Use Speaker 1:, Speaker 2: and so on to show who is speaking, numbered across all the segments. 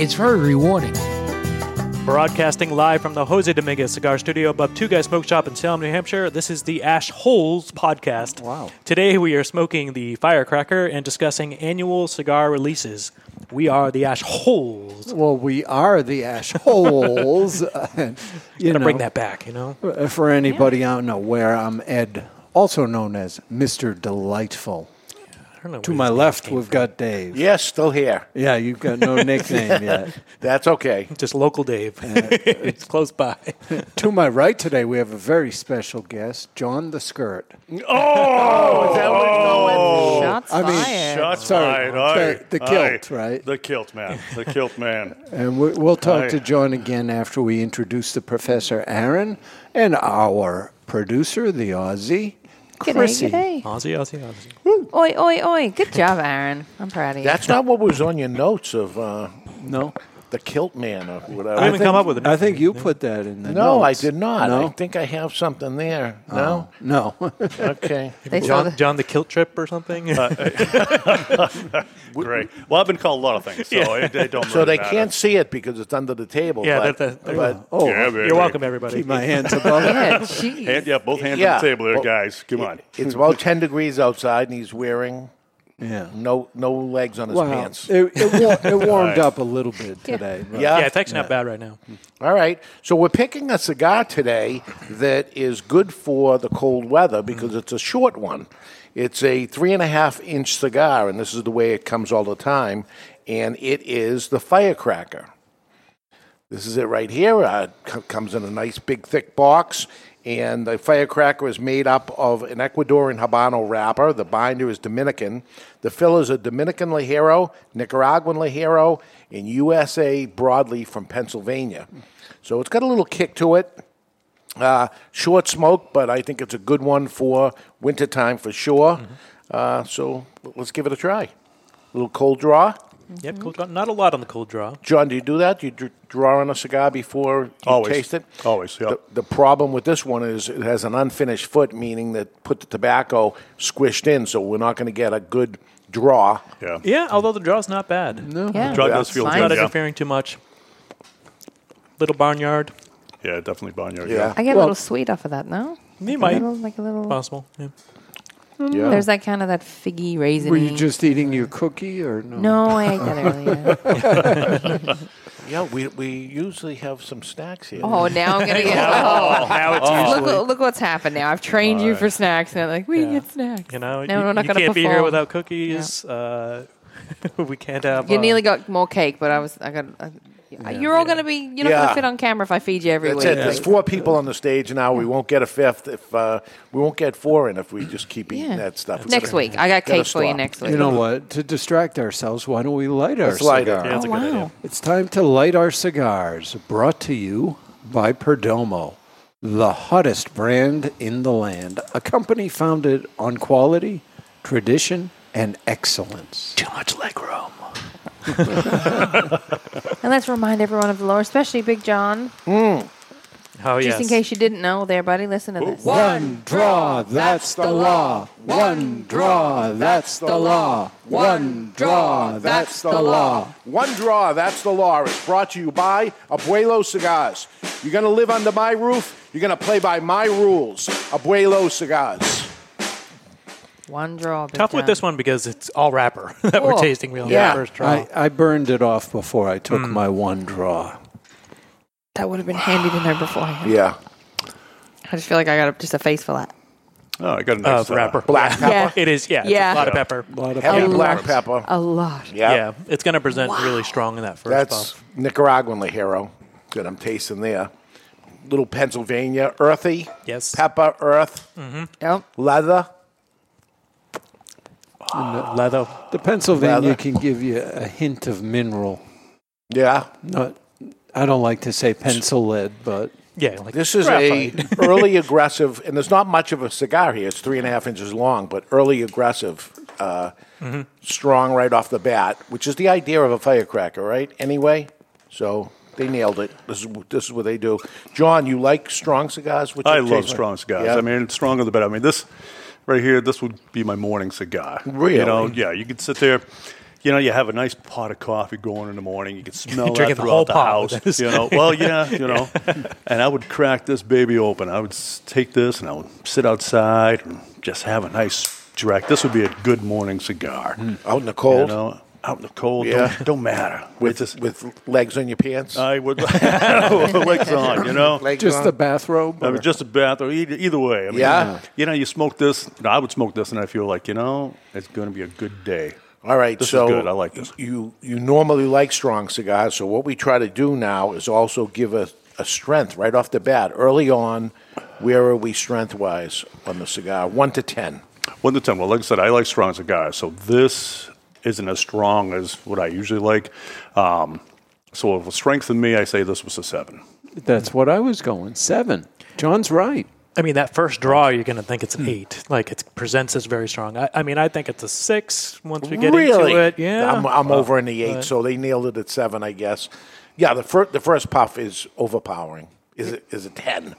Speaker 1: It's very rewarding.
Speaker 2: Broadcasting live from the Jose Dominguez Cigar Studio above Two Guys Smoke Shop in Salem, New Hampshire, this is the Ash Holes Podcast. Wow. Today we are smoking the firecracker and discussing annual cigar releases. We are the Ash Holes.
Speaker 3: Well, we are the ash holes. Uh, you
Speaker 2: Gonna
Speaker 3: know,
Speaker 2: bring that back, you know?
Speaker 3: uh, for anybody I don't know where I'm Ed, also known as Mr. Delightful.
Speaker 2: I don't know
Speaker 3: To
Speaker 2: where
Speaker 3: my
Speaker 2: this
Speaker 3: left,
Speaker 2: came
Speaker 3: we've
Speaker 2: from.
Speaker 3: got Dave. Yeah,
Speaker 4: Yes, still here.
Speaker 3: you've got no nickname yet.
Speaker 4: That's okay.
Speaker 2: just local Dave. it's close by.
Speaker 3: to my right today, we have a very special guest, John the Skirt.
Speaker 5: Oh, is that what it's going?
Speaker 3: I mean,
Speaker 5: Shots
Speaker 3: sorry,
Speaker 5: fired. Oh, Aye,
Speaker 3: the- the
Speaker 5: aye.
Speaker 3: kilt, right?
Speaker 5: The kilt man. The kilt man.
Speaker 3: and we, we'll talk
Speaker 5: Hi.
Speaker 3: to John again after we introduce the Professor Aaron and our producer, the Aussie, Chrissy.
Speaker 6: G'day,
Speaker 2: Aussie, Aussie, Aussie.
Speaker 6: g'day. Oi, oi, oi. Good job, Aaron. I'm proud of you.
Speaker 4: That's not what was on your notes of uh,
Speaker 3: No,
Speaker 4: the kilt man or whatever.
Speaker 2: I haven't come up with it.
Speaker 3: I think you put that in the
Speaker 4: no, I
Speaker 3: notes.
Speaker 4: did not.
Speaker 3: No? Oh,
Speaker 4: I think I have something there. No?
Speaker 3: No.
Speaker 4: Okay.
Speaker 6: they saw
Speaker 2: John,
Speaker 6: the, Uh,
Speaker 2: John the Kilt Trip or something.
Speaker 5: Great. Well, I've been called a lot of things, so I, I don't.
Speaker 4: So
Speaker 5: really
Speaker 4: they
Speaker 5: matter.
Speaker 4: can't see it because it's under the table.
Speaker 2: Yeah,
Speaker 4: but,
Speaker 2: that- that-
Speaker 4: but
Speaker 3: Oh,
Speaker 5: Yeah, baby.
Speaker 2: You're welcome, everybody.
Speaker 3: keep my hands above it.
Speaker 6: yeah, geez.
Speaker 5: Hand- yeah, both hands
Speaker 4: Yeah.
Speaker 5: on the table, there,
Speaker 4: Well,
Speaker 5: guys. Come on.
Speaker 4: it's about ten degrees outside, and he's wearing
Speaker 3: Yeah.
Speaker 4: no no legs on his
Speaker 3: Wow.
Speaker 4: pants.
Speaker 3: It, it, wa- it warmed
Speaker 5: right.
Speaker 3: up a little bit today. but-
Speaker 4: yeah.
Speaker 2: Yeah, it's actually not bad right now.
Speaker 4: All right. So we're picking a cigar today that is good for the cold weather because it's a short one. It's a three and a half inch cigar, and this is the way it comes all the time. And it is the firecracker. This is it right here. Uh, it co- comes in a nice big thick box. And the firecracker is made up of an Ecuadorian Habano wrapper. The binder is Dominican. The fillers are Dominican Lajero, Nicaraguan Lajero, and USA broadleaf from Pennsylvania. So it's got a little kick to it. Uh, short smoke, but I think it's a good one for wintertime for sure.
Speaker 5: Mm-hmm.
Speaker 4: Uh, so let's give it a try. A little cold draw.
Speaker 2: Yep,
Speaker 6: Mm-hmm.
Speaker 2: cold draw. Not a lot on the cold draw.
Speaker 4: John, do you do that? Do you dr- draw on a cigar before you
Speaker 5: Always.
Speaker 4: taste it?
Speaker 5: Always, yeah.
Speaker 4: The, the problem with this one is it has an unfinished foot, meaning that put the tobacco squished in, so we're not going to get a good draw.
Speaker 5: Yeah.
Speaker 2: Yeah, although the draw's not bad. No.
Speaker 6: yeah.
Speaker 5: Drug does feel
Speaker 6: Fine.
Speaker 2: Not
Speaker 5: good. Yeah.
Speaker 2: interfering too much. Little barnyard.
Speaker 5: Yeah, definitely Boneyard.
Speaker 4: Yeah.
Speaker 6: I get a
Speaker 3: Well-
Speaker 6: little sweet off of that, no?
Speaker 2: You
Speaker 6: A
Speaker 2: might.
Speaker 6: little, like a little. Mm.
Speaker 2: Possible. Yeah.
Speaker 4: Yeah.
Speaker 6: There's that kind of that figgy raisiny.
Speaker 3: Were you just eating your cookie or no?
Speaker 6: No, I ate that earlier.
Speaker 4: yeah, we, we usually have some snacks here.
Speaker 6: oh, now I'm gonna get. Oh,
Speaker 2: Now it's
Speaker 6: look, what- look what's happened now. I've trained you for snacks, and they're like, we
Speaker 2: Yeah.
Speaker 6: get snacks.
Speaker 2: You know,
Speaker 6: no,
Speaker 2: you,
Speaker 6: we're not
Speaker 2: you
Speaker 6: gonna
Speaker 2: can't be here
Speaker 6: perform.
Speaker 2: without cookies. Uh, we can't have.
Speaker 6: You
Speaker 2: uh,
Speaker 6: nearly got more cake, but I was. I got. I, You're all gonna be. You're not
Speaker 4: Yeah.
Speaker 6: gonna fit on camera if I feed you every
Speaker 4: That's
Speaker 6: week.
Speaker 4: it. There's four people on the stage now. We won't get a fifth if uh, we won't get four in if we just keep eating
Speaker 6: Yeah.
Speaker 4: that stuff.
Speaker 6: Next week, I got
Speaker 4: Gotta
Speaker 6: cake for you
Speaker 4: stop.
Speaker 6: next week.
Speaker 3: You know what? To distract ourselves, why don't we light our
Speaker 4: Let's light it.
Speaker 3: cigar?
Speaker 2: Yeah, that's a
Speaker 6: Oh,
Speaker 2: good
Speaker 6: wow.
Speaker 2: idea.
Speaker 3: It's time to light our cigars. Brought to you by Perdomo, the hottest brand in the land, a company founded on quality, tradition, and excellence.
Speaker 2: Too much leg room.
Speaker 6: And let's remind everyone of the lore, especially Big John.
Speaker 2: Oh yes.
Speaker 6: Hmm. Just in case you didn't know, there, buddy, listen to this.
Speaker 3: One draw, that's the law. One draw, that's the law. One draw, that's the law.
Speaker 4: One Draw, That's the Law is brought to you by Abuelo Cigars. You're going to live under my roof, you're going to play by my rules. Abuelo Cigars.
Speaker 6: One draw. Big
Speaker 2: Tough with
Speaker 6: John.
Speaker 2: this one because it's all wrapper that we're
Speaker 6: Cool.
Speaker 2: tasting really
Speaker 4: Yeah.
Speaker 2: on the first try.
Speaker 3: I, I burned it off before I
Speaker 2: Hmm.
Speaker 3: took my one draw.
Speaker 6: That would have been handy to know beforehand.
Speaker 4: Yeah.
Speaker 6: I just feel like I got just a face for that.
Speaker 5: Oh, I got a
Speaker 2: Uh,
Speaker 5: nice
Speaker 2: the wrapper.
Speaker 4: Black pepper.
Speaker 6: Yeah.
Speaker 2: It is. Yeah.
Speaker 6: Yeah.
Speaker 2: It's a lot of pepper.
Speaker 4: Heavy
Speaker 6: pepper.
Speaker 4: black
Speaker 6: Lots.
Speaker 4: pepper.
Speaker 6: A lot.
Speaker 4: yeah.
Speaker 2: Yeah. It's going to present really strong in that first
Speaker 4: That's
Speaker 2: puff.
Speaker 4: Nicaraguan Lajero that I'm tasting there. Little Pennsylvania, earthy.
Speaker 2: Yes. Mm-hmm.
Speaker 4: Pepper, earth,
Speaker 6: Yep.
Speaker 4: leather.
Speaker 2: Leather.
Speaker 3: The Pennsylvania
Speaker 4: Leather.
Speaker 3: can give you a hint of mineral.
Speaker 4: Yeah.
Speaker 3: Not, I don't like to say pencil lead, but
Speaker 2: Yeah, like
Speaker 4: This is a early aggressive, and there's not much of a cigar here. It's three and a half inches long, but early aggressive, uh,
Speaker 2: Mm-hmm.
Speaker 4: strong right off the bat, which is the idea of a firecracker, right? Anyway, so they nailed it. This is this is what they do. John, you like strong cigars? Which
Speaker 5: I love strong cigars. I mean, it's stronger the better. I mean, this right here, this would be my morning cigar.
Speaker 4: Really?
Speaker 5: You know, yeah, you could sit there. You know, you have a nice pot of coffee going in the morning. You can smell that
Speaker 2: Drinking the
Speaker 5: throughout
Speaker 2: whole
Speaker 5: the
Speaker 2: pot.
Speaker 5: house. You know, well, yeah, you know. And I would crack this baby open. I would s- take this and I would sit outside and just have a nice drink. This would be a good morning cigar.
Speaker 4: Hmm. out in the cold
Speaker 5: You know, out in the cold,
Speaker 4: Yeah.
Speaker 5: don't, don't matter.
Speaker 4: with
Speaker 5: It's just,
Speaker 4: with legs on your pants.
Speaker 5: I would legs on. You know,
Speaker 4: Legs
Speaker 3: just
Speaker 4: on.
Speaker 3: the bathrobe.
Speaker 5: I
Speaker 3: or-
Speaker 5: mean, just a bath or either, either way. I mean,
Speaker 4: Yeah.
Speaker 5: You know, you smoke this. You know, I would smoke this, and I feel like you know it's going to be a good day.
Speaker 4: All right,
Speaker 5: This is
Speaker 4: so
Speaker 5: good. I like this.
Speaker 4: You you normally like strong cigars, so what we try to do now is also give a, a strength right off the bat. Early on, where are we strength wise on the cigar? One to ten.
Speaker 5: One to ten. Well, like I said, I like strong cigars, so this isn't as strong as what I usually like. Um, so, if strength in me, I say this was a seven.
Speaker 3: That's what I was going. Seven. John's right. Hmm.
Speaker 2: I mean, that first draw, you're going to think it's an eight. Like it presents as very strong. I, I mean, I think it's a six once we get
Speaker 4: really?
Speaker 2: into it. Yeah, Uh,
Speaker 4: I'm, I'm over in the eight, so they nailed it at seven, I guess. Yeah, the first the first puff is overpowering. Is it is a ten?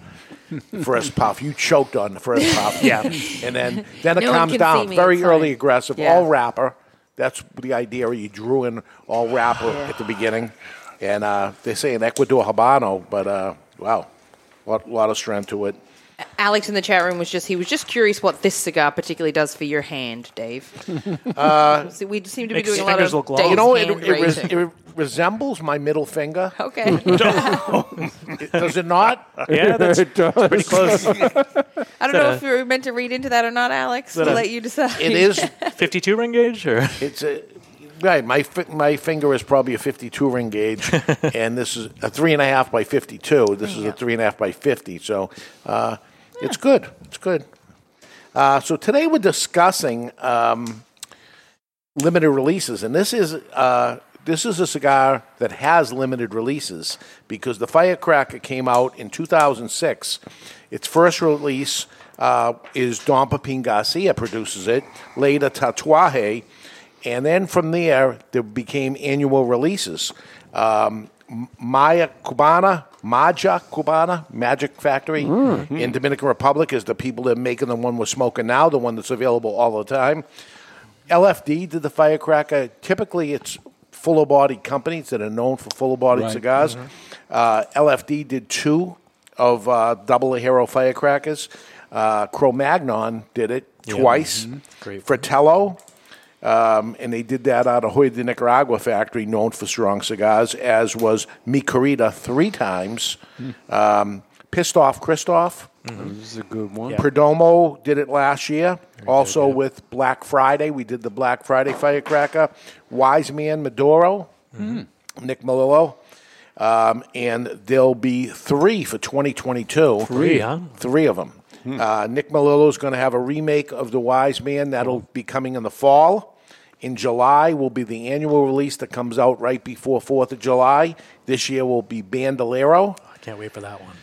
Speaker 4: First puff, you choked on the first puff. yeah, and then then it
Speaker 6: No one
Speaker 4: calms
Speaker 6: can
Speaker 4: down.
Speaker 6: see me,
Speaker 4: Very
Speaker 6: it's
Speaker 4: early
Speaker 6: fine.
Speaker 4: aggressive.
Speaker 6: Yeah.
Speaker 4: All wrapper. That's the idea. You drew in all wrapper at the beginning, and uh, they say in Ecuador habano, but uh, wow, a lot, lot of strength to it.
Speaker 6: Alex in the chat room was just he was just curious what this cigar particularly does for your hand, Dave. So we seem to be
Speaker 2: Makes
Speaker 6: doing a lot
Speaker 2: fingers look
Speaker 6: of
Speaker 2: long.
Speaker 6: Dave's
Speaker 4: Uh, You know, it,
Speaker 6: hand
Speaker 4: it, res-
Speaker 6: raising.
Speaker 4: it resembles my middle finger.
Speaker 6: okay.
Speaker 4: Does it not?
Speaker 2: yeah, that's
Speaker 3: It does.
Speaker 2: pretty close.
Speaker 6: I don't know if we were meant to read into that or not, Alex. We'll
Speaker 2: a-
Speaker 6: let you decide.
Speaker 4: It is
Speaker 2: 52 ring gauge, or
Speaker 4: It's a right. My fi- my finger is probably a fifty-two ring gauge, and this is a three and a half by fifty-two. This is a three and a half by fifty. So, uh, it's good. It's good. Uh, so today we're discussing um, limited releases, and this is uh, this is a cigar that has limited releases because the Firecracker came out in 2006. Its first release uh, is Don Pepin Garcia produces it, later Tatuaje, and then from there there became annual releases. Um, M- Maya Cubana, Maja Cubana, Magic Factory in Dominican Republic is the people that are making the one we're smoking now, the one that's available all the time. LFD did the firecracker. Typically, it's fuller bodied companies that are known for fuller bodied cigars. Uh, LFD did two of uh, double hero firecrackers. Uh, Cro Magnon did it twice.
Speaker 2: Great.
Speaker 4: Fratello, um, and they did that out of Hoy de Nicaragua factory, known for strong cigars, as was Mi Querida three times. Um, Pissed Off Christoph.
Speaker 2: Mm-hmm.
Speaker 3: This is a good one.
Speaker 4: Perdomo did it last year. also with Black Friday, we did the Black Friday firecracker. Wise Man Maduro, Nick Melillo, um, and there'll be three for 2022.
Speaker 2: three, huh? Hmm.
Speaker 4: Three of them. Uh, Nick Melillo is going to have a remake of The Wise Man that'll be coming in the fall. In July will be the annual release that comes out right before Fourth of July. This year will be Bandolero.
Speaker 2: I can't wait for that one.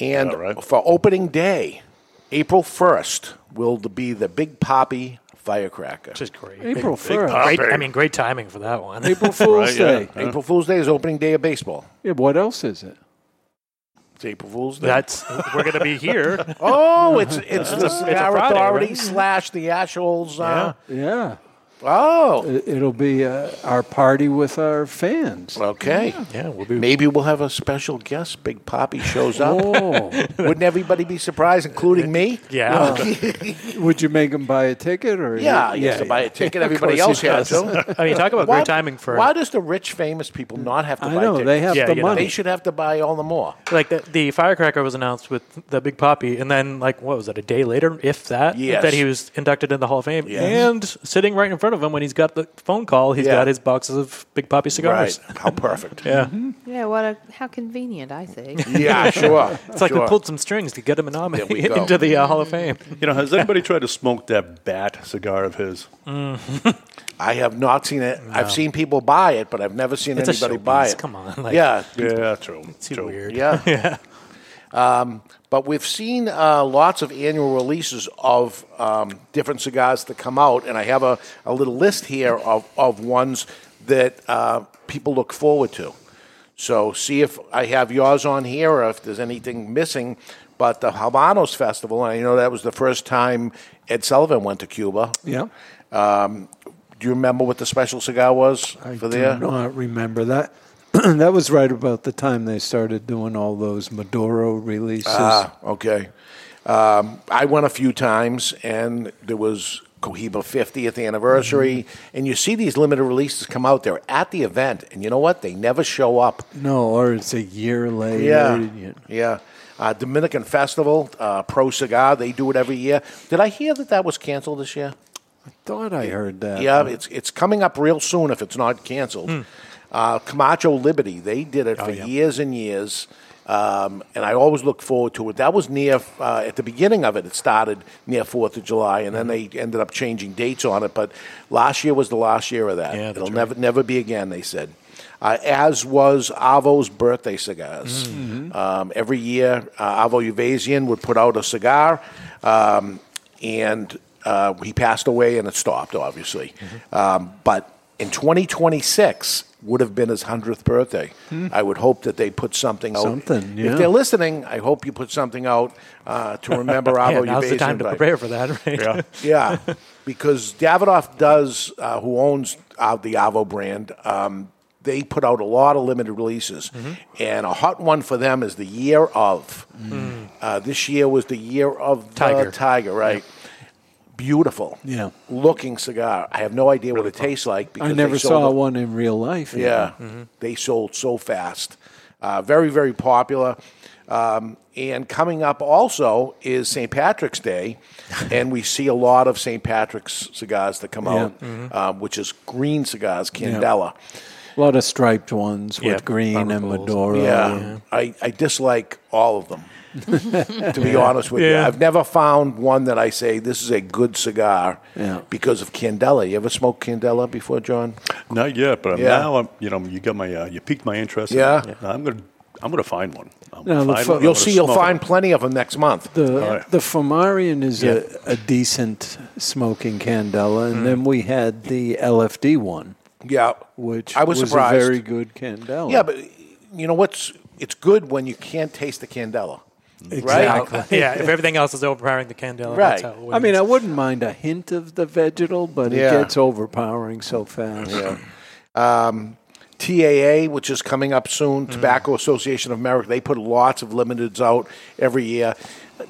Speaker 4: And
Speaker 5: Yeah, right.
Speaker 4: for opening day, April 1st, will be the Big Poppy Firecracker.
Speaker 2: Which is great.
Speaker 3: April
Speaker 5: pop.
Speaker 3: 1st.
Speaker 2: Great, I mean, great timing for that one.
Speaker 3: April Fool's
Speaker 5: Right, yeah.
Speaker 3: Day.
Speaker 4: April Fool's Day is opening day of baseball.
Speaker 3: Yeah, what else is it?
Speaker 4: It's April Fool's Day.
Speaker 2: That's we're going to be here.
Speaker 4: oh, it's it's the Cigar
Speaker 2: Friday,
Speaker 4: Authority
Speaker 2: right?
Speaker 4: slash the Ashholes. Uh,
Speaker 3: Yeah.
Speaker 4: Oh,
Speaker 3: It- It'll be uh, our party with our fans.
Speaker 4: okay.
Speaker 2: Yeah, we'll be.
Speaker 4: Maybe we'll have a special guest. Big Poppy shows up.
Speaker 3: Oh,
Speaker 4: Wouldn't everybody be surprised, including me? Uh,
Speaker 2: Yeah,
Speaker 3: would you make them buy a ticket or?
Speaker 4: Yeah, he has to buy a ticket. Everybody else
Speaker 3: course he
Speaker 4: had
Speaker 3: does.
Speaker 4: to.
Speaker 2: I mean, talk about
Speaker 4: Why-
Speaker 2: great timing for
Speaker 4: Why does the rich, famous people not have to
Speaker 3: I
Speaker 4: buy
Speaker 3: know
Speaker 4: tickets?
Speaker 3: they have
Speaker 2: Yeah,
Speaker 3: the
Speaker 2: you know.
Speaker 4: They
Speaker 3: money.
Speaker 4: should have to buy all the more.
Speaker 2: like the, the firecracker was announced with the big poppy and then like what was it a day later if that
Speaker 4: Yes.
Speaker 2: that he was inducted in the hall of fame
Speaker 4: Yes.
Speaker 2: and sitting right in front front of him when he's got the phone call. He's
Speaker 4: Yeah.
Speaker 2: got his boxes of Big Poppy cigars.
Speaker 4: Right. How perfect.
Speaker 2: Yeah.
Speaker 6: Yeah, what a, how convenient, I think.
Speaker 4: Yeah, sure.
Speaker 2: It's like
Speaker 4: sure.
Speaker 2: we pulled some strings to get him a nom-
Speaker 4: There we go.
Speaker 2: into the uh, Hall of Fame.
Speaker 5: You know, has anybody tried to smoke that bat cigar of his?
Speaker 4: Mm-hmm. I have not seen it. I've seen people buy it, but I've never seen
Speaker 2: It's a
Speaker 4: anybody buy
Speaker 2: showpiece.
Speaker 4: it.
Speaker 2: Come on, like-
Speaker 4: yeah,
Speaker 5: Yeah, true.
Speaker 2: Too
Speaker 5: true.
Speaker 2: weird.
Speaker 4: yeah. Um,
Speaker 2: Yeah.
Speaker 4: But we've seen uh, lots of annual releases of um, different cigars that come out, and I have a, a little list here of, of ones that uh, people look forward to. So see if I have yours on here or if there's anything missing. But the Habanos Festival, and I know that was the first time Ed Sullivan went to Cuba.
Speaker 3: Yeah.
Speaker 4: Um, do you remember what the special cigar was
Speaker 3: I
Speaker 4: for
Speaker 3: do
Speaker 4: there?
Speaker 3: not remember that. that was right about the time they started doing all those Maduro releases.
Speaker 4: Ah, okay. Um, I went a few times, and there was Cohiba 50th anniversary,
Speaker 3: Mm-hmm.
Speaker 4: and you see these limited releases come out there at the event, and you know what? They never show up.
Speaker 3: no, or it's a year later.
Speaker 4: Yeah, yeah. Uh, Dominican Festival, uh, Pro Cigar, they do it every year. Did I hear that that was canceled this year?
Speaker 3: Thought I heard that.
Speaker 4: Yeah, it's it's coming up real soon if it's not canceled.
Speaker 2: Hmm.
Speaker 4: Uh, Camacho Liberty, they did
Speaker 2: Oh,
Speaker 4: it for years and years, um, and I always look forward to it. That was near uh, at the beginning of it. It started near Fourth of July, and
Speaker 2: Hmm.
Speaker 4: then they ended up changing dates on it. But last year was the last year of that.
Speaker 2: Yeah, that's
Speaker 4: It'll
Speaker 2: right.
Speaker 4: never never be again. They said. Uh, as was Avo's birthday cigars.
Speaker 2: Hmm.
Speaker 4: Um, every year, uh, Avo Uvasian would put out a cigar. Um, and uh, he passed away and it stopped, obviously.
Speaker 2: Mm-hmm.
Speaker 4: Um, but in 2026 would have been his 100th birthday.
Speaker 2: Hmm.
Speaker 4: I would hope that they put something out.
Speaker 3: Something, yeah.
Speaker 4: If they're listening, I hope you put something out uh, to remember
Speaker 2: Yeah,
Speaker 4: Avo
Speaker 2: now's the
Speaker 4: Uvasian,
Speaker 2: time to
Speaker 4: but-
Speaker 2: prepare for that, right? Yeah.
Speaker 4: yeah, because Davidoff does, uh, who owns uh, the Avo brand, um, they put out a lot of limited releases, and a hot one for them is the year of.
Speaker 3: Mm.
Speaker 4: Uh, this year was the year of the
Speaker 2: Tiger.
Speaker 4: Tiger, right? Beautiful,
Speaker 3: Yeah.
Speaker 4: looking cigar. I have no idea what it tastes like because
Speaker 3: I never
Speaker 4: they sold
Speaker 3: saw
Speaker 4: it-
Speaker 3: one in real life. even.
Speaker 4: yeah, they sold so fast. Uh, very, very popular. Um, and coming up also is St. Patrick's Day, and we see a lot of St. Patrick's cigars that come out,
Speaker 3: Mm-hmm.
Speaker 4: um, which is green cigars, Candela.
Speaker 3: A lot of striped ones
Speaker 2: Yeah,
Speaker 3: with green and
Speaker 2: purples.
Speaker 3: Maduro.
Speaker 4: Yeah,
Speaker 3: uh,
Speaker 4: I, I dislike all of them. to be honest with you,
Speaker 2: Yeah.
Speaker 4: I've never found one that I say this is a good cigar
Speaker 3: Yeah.
Speaker 4: because of Candela. You ever smoked Candela before, John?
Speaker 5: Not yet, but
Speaker 4: Yeah.
Speaker 5: now I'm, you know you got my uh, you piqued my interest.
Speaker 4: Yeah.
Speaker 5: And I'm gonna I'm gonna find one. I'm
Speaker 3: Now,
Speaker 5: gonna
Speaker 3: the
Speaker 5: find
Speaker 3: fo-
Speaker 5: one. I'm
Speaker 4: You'll
Speaker 5: gonna
Speaker 4: see, you'll
Speaker 5: smoke it.
Speaker 4: find plenty of them next month.
Speaker 3: The
Speaker 5: right.
Speaker 3: the Fomarian is a, a decent smoking candela, and then we had the LFD one,
Speaker 4: yeah,
Speaker 3: which
Speaker 4: I was,
Speaker 3: was
Speaker 4: surprised.
Speaker 3: a very good candela.
Speaker 4: Yeah, but you know what's? It's good when you can't taste the candela,
Speaker 3: Exactly.
Speaker 4: right?
Speaker 2: yeah, if everything else is overpowering the candela, that's
Speaker 4: Right.
Speaker 2: how it
Speaker 3: I mean,
Speaker 2: wins.
Speaker 3: I wouldn't mind a hint of the vegetal, but
Speaker 4: Yeah.
Speaker 3: it gets overpowering so fast. Yeah.
Speaker 4: Um, TAA, which is coming up soon,
Speaker 3: Mm-hmm.
Speaker 4: Tobacco Association of America, they put lots of limiteds out every year.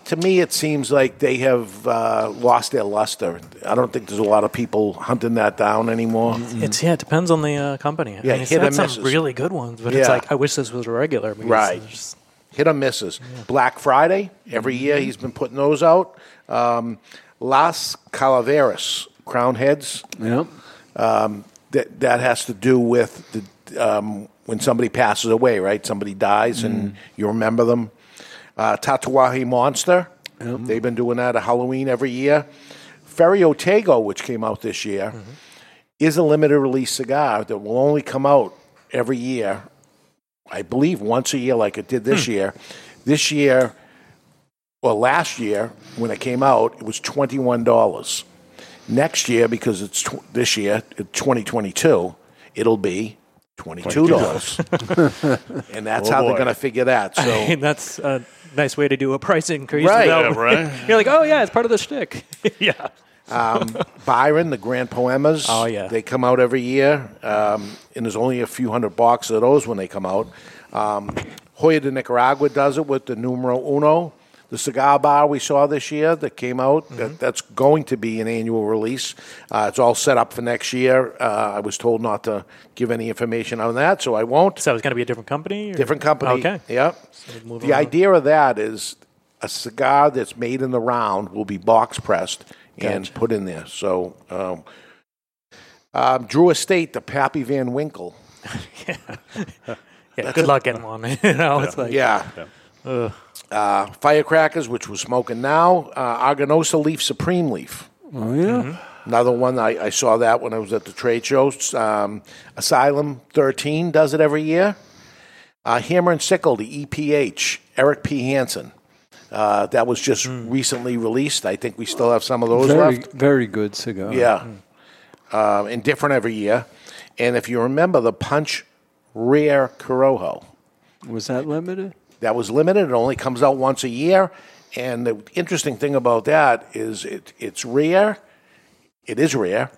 Speaker 4: To me, it seems like they have uh, lost their luster. I don't think there's a lot of people hunting that down anymore.
Speaker 3: Mm-hmm.
Speaker 2: It's yeah, it depends on the uh, company.
Speaker 4: Yeah,
Speaker 2: I mean, it's
Speaker 4: hit
Speaker 2: had
Speaker 4: and
Speaker 2: some
Speaker 4: misses.
Speaker 2: really good ones, but
Speaker 4: Yeah.
Speaker 2: it's like I wish this was regular. because
Speaker 4: Right.
Speaker 2: there's-
Speaker 4: hit or misses. Black Friday every year
Speaker 2: Mm-hmm.
Speaker 4: he's been putting those out. Um, Las Calaveras Crown Heads Um,
Speaker 3: Yep.
Speaker 4: that that has to do with the um, when somebody passes away, right? Somebody dies
Speaker 2: Mm-hmm.
Speaker 4: and you remember them. Uh, Tatuaje Monster, they've been doing that at Halloween every year. Ferry Otego, which came out this year,
Speaker 2: Mm-hmm.
Speaker 4: is a limited release cigar that will only come out every year. I believe once a year, like it did this year. This year, well, last year when it came out, it was twenty one dollars. Next year, because it's tw- this year, twenty twenty two, it'll be twenty two dollars, and that's
Speaker 5: Oh,
Speaker 4: how
Speaker 5: boy.
Speaker 4: they're going to figure that.
Speaker 2: I mean,
Speaker 4: So
Speaker 2: that's a nice way to do a price increase.
Speaker 4: Right.
Speaker 2: without-
Speaker 5: Yeah, right.
Speaker 2: You're like, oh yeah, it's part of the shtick. yeah,
Speaker 4: Um, Byron, the Grand Poemas,
Speaker 2: Oh, yeah.
Speaker 4: they come out every year, um, and there's only a few hundred boxes of those when they come out. Um, Hoya de Nicaragua does it with the Numero Uno. The cigar bar we saw this year that came out,
Speaker 2: Mm-hmm.
Speaker 4: that, that's going to be an annual release. Uh, it's all set up for next year. Uh, I was told not to give any information on that, so I won't.
Speaker 2: so it's going to be a different company. or-
Speaker 4: Different company.
Speaker 2: Okay.
Speaker 4: Yep.
Speaker 2: move
Speaker 4: the
Speaker 2: on.
Speaker 4: idea of that is a cigar that's made in the round will be box pressed and put in there. So um, Um, Drew Estate, the Pappy Van Winkle.
Speaker 2: Yeah, good luck getting one. you know, it's like
Speaker 4: Yeah. Uh, firecrackers, which we're smoking now. Uh, Arganosa leaf, supreme leaf.
Speaker 3: Oh, yeah.
Speaker 4: Another one I, I saw that when I was at the trade shows. Um, Asylum 13 does it every year. Uh, Hammer and Sickle, the EPH, Eric P. Hansen. Uh, that was just recently released. I think we still have some of those
Speaker 3: Very,
Speaker 4: left.
Speaker 3: very good cigar.
Speaker 4: Yeah. Um, and different every year. And if you remember, the Punch Rare Corojo.
Speaker 3: Was that limited?
Speaker 4: that was limited. It only comes out once a year. And the interesting thing about that is it, it's rare. It is rare,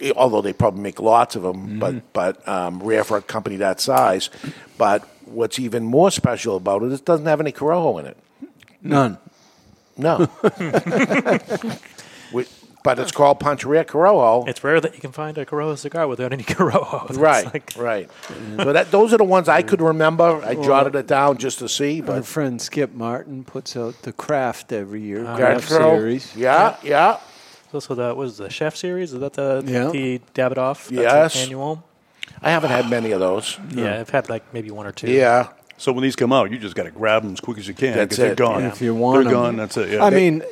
Speaker 4: i- although they probably make lots of them,
Speaker 3: Mm-hmm.
Speaker 4: but, but um, rare for a company that size. But what's even more special about it, it doesn't have any Corojo in it.
Speaker 3: None.
Speaker 4: No. We- but it's called Punch Rare Corojo.
Speaker 2: it's rare that you can find a Corojo cigar without any Corojo. It's
Speaker 4: Right,
Speaker 2: like-
Speaker 4: right. So that those are the ones I could remember. I jotted it down just to see,
Speaker 3: Our
Speaker 4: but
Speaker 3: friend Skip Martin puts out the Craft every year,
Speaker 4: Craft
Speaker 3: Craft
Speaker 4: Corojo.
Speaker 3: series.
Speaker 4: yeah, yeah.
Speaker 2: It's also the what is the Chef series? Is that the
Speaker 3: Yeah.
Speaker 2: the Davidoff? That's an
Speaker 4: Yes.
Speaker 2: annual.
Speaker 4: I haven't had many of those.
Speaker 2: Yeah, I've had like maybe one or two.
Speaker 4: Yeah,
Speaker 5: So when these come out, you just got to grab them as quick as you can
Speaker 4: That's
Speaker 5: because they're
Speaker 4: it.
Speaker 5: gone.
Speaker 3: If you want
Speaker 5: they're
Speaker 3: 'em.
Speaker 5: gone. That's it. Yeah.
Speaker 3: I mean, I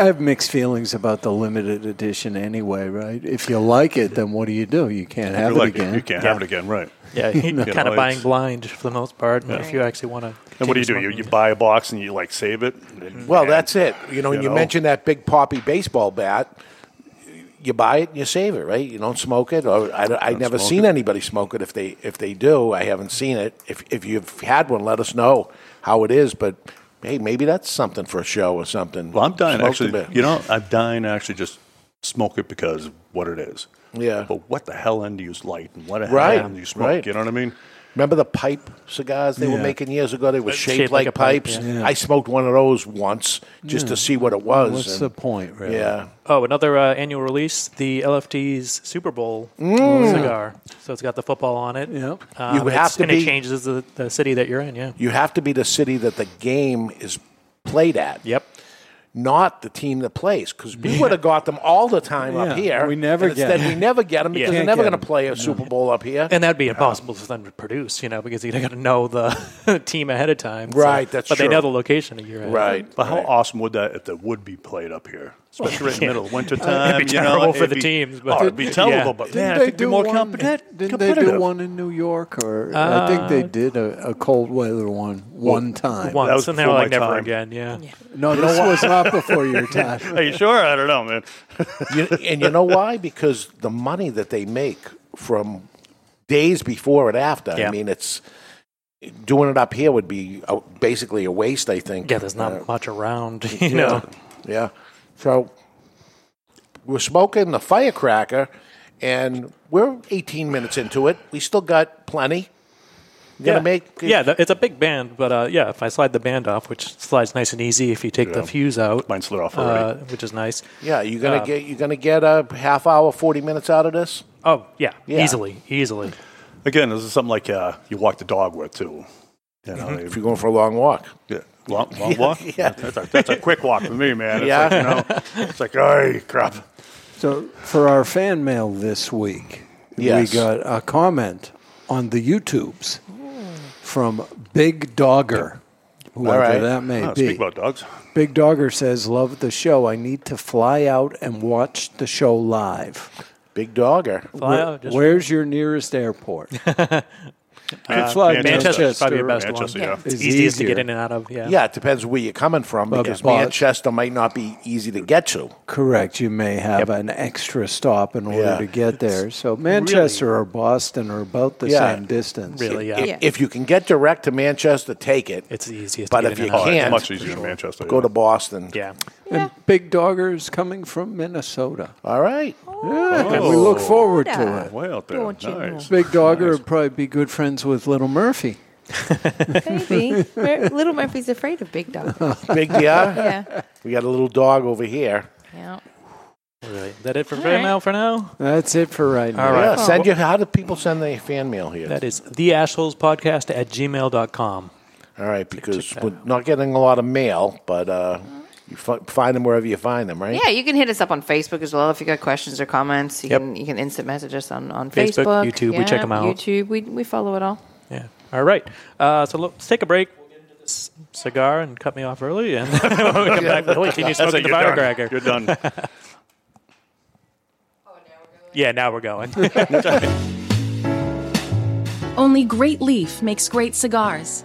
Speaker 3: I have mixed feelings about the limited edition anyway, right? If you like it, then what do you do? You can't
Speaker 5: You're
Speaker 3: have it
Speaker 5: lucky.
Speaker 3: again.
Speaker 5: You can't have it again, right?
Speaker 2: yeah, you're
Speaker 5: You
Speaker 2: kind
Speaker 5: know,
Speaker 2: of buying
Speaker 5: it's-
Speaker 2: blind for the most part. If you actually want to,
Speaker 5: And what do you do? You, you buy a box and you like save it. and-
Speaker 4: Well,
Speaker 5: and-
Speaker 4: that's it. You
Speaker 5: you
Speaker 4: know, when you
Speaker 5: know.
Speaker 4: mentioned that big poppy baseball bat, you buy it and you save it, right? You don't smoke it, or I, have never
Speaker 5: smoke
Speaker 4: seen
Speaker 5: it.
Speaker 4: anybody smoke it. If they if they do, I haven't seen it. If if you've had one, let us know how it is. But hey, maybe that's something for a show or something.
Speaker 5: Well, I'm dying
Speaker 4: Smoked a
Speaker 5: actually.
Speaker 4: bit.
Speaker 5: You know, I'm dying to actually just smoke it because of what it is.
Speaker 4: Yeah.
Speaker 5: But what the hell end do you use light and what the
Speaker 4: Right,
Speaker 5: hell end do you smoke?
Speaker 4: right.
Speaker 5: You know what I mean?
Speaker 4: Remember the pipe cigars they were
Speaker 3: Yeah.
Speaker 4: making years ago? They were shaped,
Speaker 2: shaped like
Speaker 4: like,
Speaker 2: a pipe,
Speaker 4: pipes.
Speaker 3: yeah. Yeah.
Speaker 4: I smoked one of those once just to see what it was.
Speaker 3: What's
Speaker 4: and-
Speaker 3: the point, really?
Speaker 4: yeah,
Speaker 2: Oh, another uh, annual release, the LFT's Super Bowl cigar. So it's got the football on it.
Speaker 3: Yep.
Speaker 2: Um,
Speaker 4: Mm. You
Speaker 2: it's-
Speaker 4: have to
Speaker 2: and
Speaker 4: be-
Speaker 2: it changes the, the city that you're in. Yeah.
Speaker 4: you have to be the city that the game is played at.
Speaker 2: Yep.
Speaker 4: not the team that plays because we would have got them all the time
Speaker 3: Yeah,
Speaker 4: up here.
Speaker 3: we never
Speaker 4: and
Speaker 3: get
Speaker 4: instead we
Speaker 3: them.
Speaker 4: never get them because
Speaker 2: Yeah.
Speaker 4: they're
Speaker 3: Can't
Speaker 4: never
Speaker 3: get
Speaker 4: going to
Speaker 3: them.
Speaker 4: play a Super Bowl up here.
Speaker 2: And that'd be impossible for them to produce, you know, because you got to know the team ahead of time. so-
Speaker 4: Right, that's
Speaker 2: But
Speaker 4: true.
Speaker 2: they know the location a year ahead.
Speaker 4: right?
Speaker 5: But how awesome would that if that would be played up here, especially right in the middle of winter time?
Speaker 2: be
Speaker 5: you know,
Speaker 2: terrible
Speaker 5: it'd
Speaker 2: for the
Speaker 5: be-
Speaker 2: teams,
Speaker 5: oh,
Speaker 2: but-
Speaker 5: it'd be terrible.
Speaker 2: Yeah.
Speaker 5: But
Speaker 3: Didn't
Speaker 5: man,
Speaker 3: they
Speaker 5: it'd
Speaker 3: do
Speaker 5: be more
Speaker 3: one?
Speaker 5: competi-
Speaker 3: Didn't they
Speaker 5: competitive.
Speaker 3: do one in New York, or I think they did a, a cold weather one one time.
Speaker 2: Uh, Once,
Speaker 5: That was
Speaker 2: and they were
Speaker 5: before
Speaker 2: like,
Speaker 5: my
Speaker 2: never
Speaker 5: time.
Speaker 2: again. Yeah.
Speaker 3: No, this was not before your time.
Speaker 5: Are you sure? I don't know, man.
Speaker 4: You- and you know why? Because the money that they make from days before and after. I
Speaker 2: Yeah.
Speaker 4: mean, it's doing it up here would be a, basically a waste. I think.
Speaker 2: Yeah, there's not
Speaker 4: Uh,
Speaker 2: much around, you know.
Speaker 4: Yeah. So we're smoking the firecracker, and we're 18 minutes into it. We still got plenty. Gonna
Speaker 2: yeah.
Speaker 4: make
Speaker 2: yeah, th- it's a big band, but uh, yeah, if I slide the band off, which slides nice and easy if you take the
Speaker 5: Yeah.
Speaker 2: fuse out,
Speaker 5: Mine slid off
Speaker 2: uh,
Speaker 5: already.
Speaker 2: which is nice. Um,
Speaker 4: Yeah, you're
Speaker 2: Uh,
Speaker 4: gonna get you're gonna get a half hour, forty minutes out of this.
Speaker 2: Oh yeah,
Speaker 4: Yeah.
Speaker 2: easily, easily.
Speaker 5: Again, this is something like uh, you walk the dog with too. You know,
Speaker 4: If you're going for a long walk,
Speaker 5: Yeah. Long, long walk? Yeah. That's a, that's a quick walk for me, man. It's
Speaker 4: Yeah.
Speaker 5: Like, you know, it's like, oh, crap.
Speaker 3: So for our fan mail this week,
Speaker 4: Yes.
Speaker 3: we got a comment on the YouTubes from Big Dogger, whoever
Speaker 4: right.
Speaker 3: that may
Speaker 5: Oh,
Speaker 3: be.
Speaker 5: speak about dogs.
Speaker 3: Big Dogger says, "Love the show. I need to fly out and watch the show live.
Speaker 4: big dogger.
Speaker 2: Fly out, just-
Speaker 3: Where's your nearest airport?
Speaker 5: Uh,
Speaker 3: fly
Speaker 2: Manchester is probably
Speaker 3: Manchester,
Speaker 2: your best
Speaker 5: Manchester,
Speaker 2: one.
Speaker 5: yeah.
Speaker 2: It's
Speaker 3: Is
Speaker 2: easiest to
Speaker 3: easier.
Speaker 2: get in and out of. Yeah.
Speaker 4: Yeah, it depends where you're coming from because
Speaker 3: but-
Speaker 4: Manchester might not be easy to get to.
Speaker 3: Correct. You may have an extra stop in order
Speaker 4: Yeah.
Speaker 3: to get there. So Manchester or Boston are about the
Speaker 4: Yeah.
Speaker 3: same distance.
Speaker 2: Really, yeah.
Speaker 4: I-
Speaker 6: Yeah.
Speaker 4: If you can get direct to Manchester, take it.
Speaker 2: It's the easiest.
Speaker 4: But
Speaker 2: to get
Speaker 4: if
Speaker 2: in
Speaker 4: you
Speaker 2: and out.
Speaker 5: Oh, it's
Speaker 4: can't,
Speaker 5: much easier in Manchester.
Speaker 4: Go
Speaker 5: yeah.
Speaker 4: to Boston.
Speaker 2: yeah.
Speaker 3: And Big Dogger's coming from Minnesota.
Speaker 4: All right. Oh.
Speaker 3: And we look forward to it.
Speaker 5: Way out there.
Speaker 6: Don't you
Speaker 5: nice.
Speaker 3: Big Dogger would probably be good friends with Little Murphy.
Speaker 6: Maybe. Mer- Little Murphy's afraid of big dogs.
Speaker 4: Big DR.
Speaker 6: Yeah.
Speaker 4: we got a little dog over here.
Speaker 6: Yeah.
Speaker 2: Really. That it for
Speaker 6: All
Speaker 2: fan
Speaker 6: right.
Speaker 2: mail for now.
Speaker 3: That's it for right now.
Speaker 2: All right.
Speaker 4: Yeah, send you. How do people send their fan mail here?
Speaker 2: That is the assholes podcast at gmail.com.
Speaker 4: All right, because we're not getting a lot of mail, but uh, You f- find them wherever you find them, right?
Speaker 6: Yeah, you can hit us up on Facebook as well if you got questions or comments. You
Speaker 2: Yep.
Speaker 6: can you can instant message us on, on
Speaker 2: Facebook,
Speaker 6: Facebook,
Speaker 2: YouTube, we check
Speaker 6: Yeah,
Speaker 2: 'em out.
Speaker 6: YouTube, we we follow it all.
Speaker 2: Yeah. All right. Uh, so let's take a break. We'll get into this cigar and cut me off early, and when we come back, we'll continue
Speaker 5: That's
Speaker 2: smoking
Speaker 5: it.
Speaker 2: the
Speaker 5: You're done.
Speaker 2: firecracker.
Speaker 5: You're done.
Speaker 2: Yeah, now we're going.
Speaker 7: Only Great Leaf makes great cigars.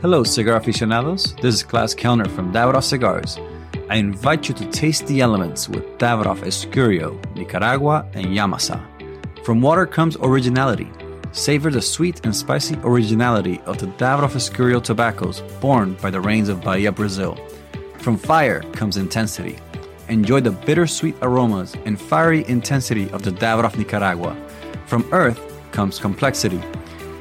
Speaker 8: Hello, cigar aficionados. This is Klaus Kellner from Davidoff Cigars. I invite you to taste the elements with Davidoff Escurio, Nicaragua, and Yamasa. From water comes originality. Savor the sweet and spicy originality of the Davidoff Escurio tobaccos born by the rains of Bahia, Brazil. From fire comes intensity. Enjoy the bittersweet aromas and fiery intensity of the Davidoff Nicaragua. From earth comes complexity.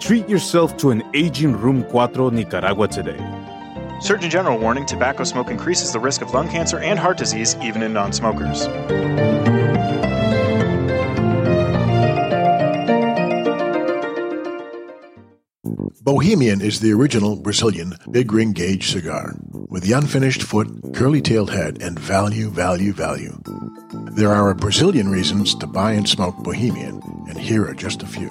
Speaker 9: Treat yourself to an aging Room 4 Nicaragua today.
Speaker 10: Surgeon General warning tobacco smoke increases the risk of lung cancer and heart disease even in non smokers.
Speaker 11: Bohemian is the original Brazilian big ring gauge cigar with the unfinished foot, curly tailed head, and value, value, value. There are a Brazilian reasons to buy and smoke Bohemian, and here are just a few.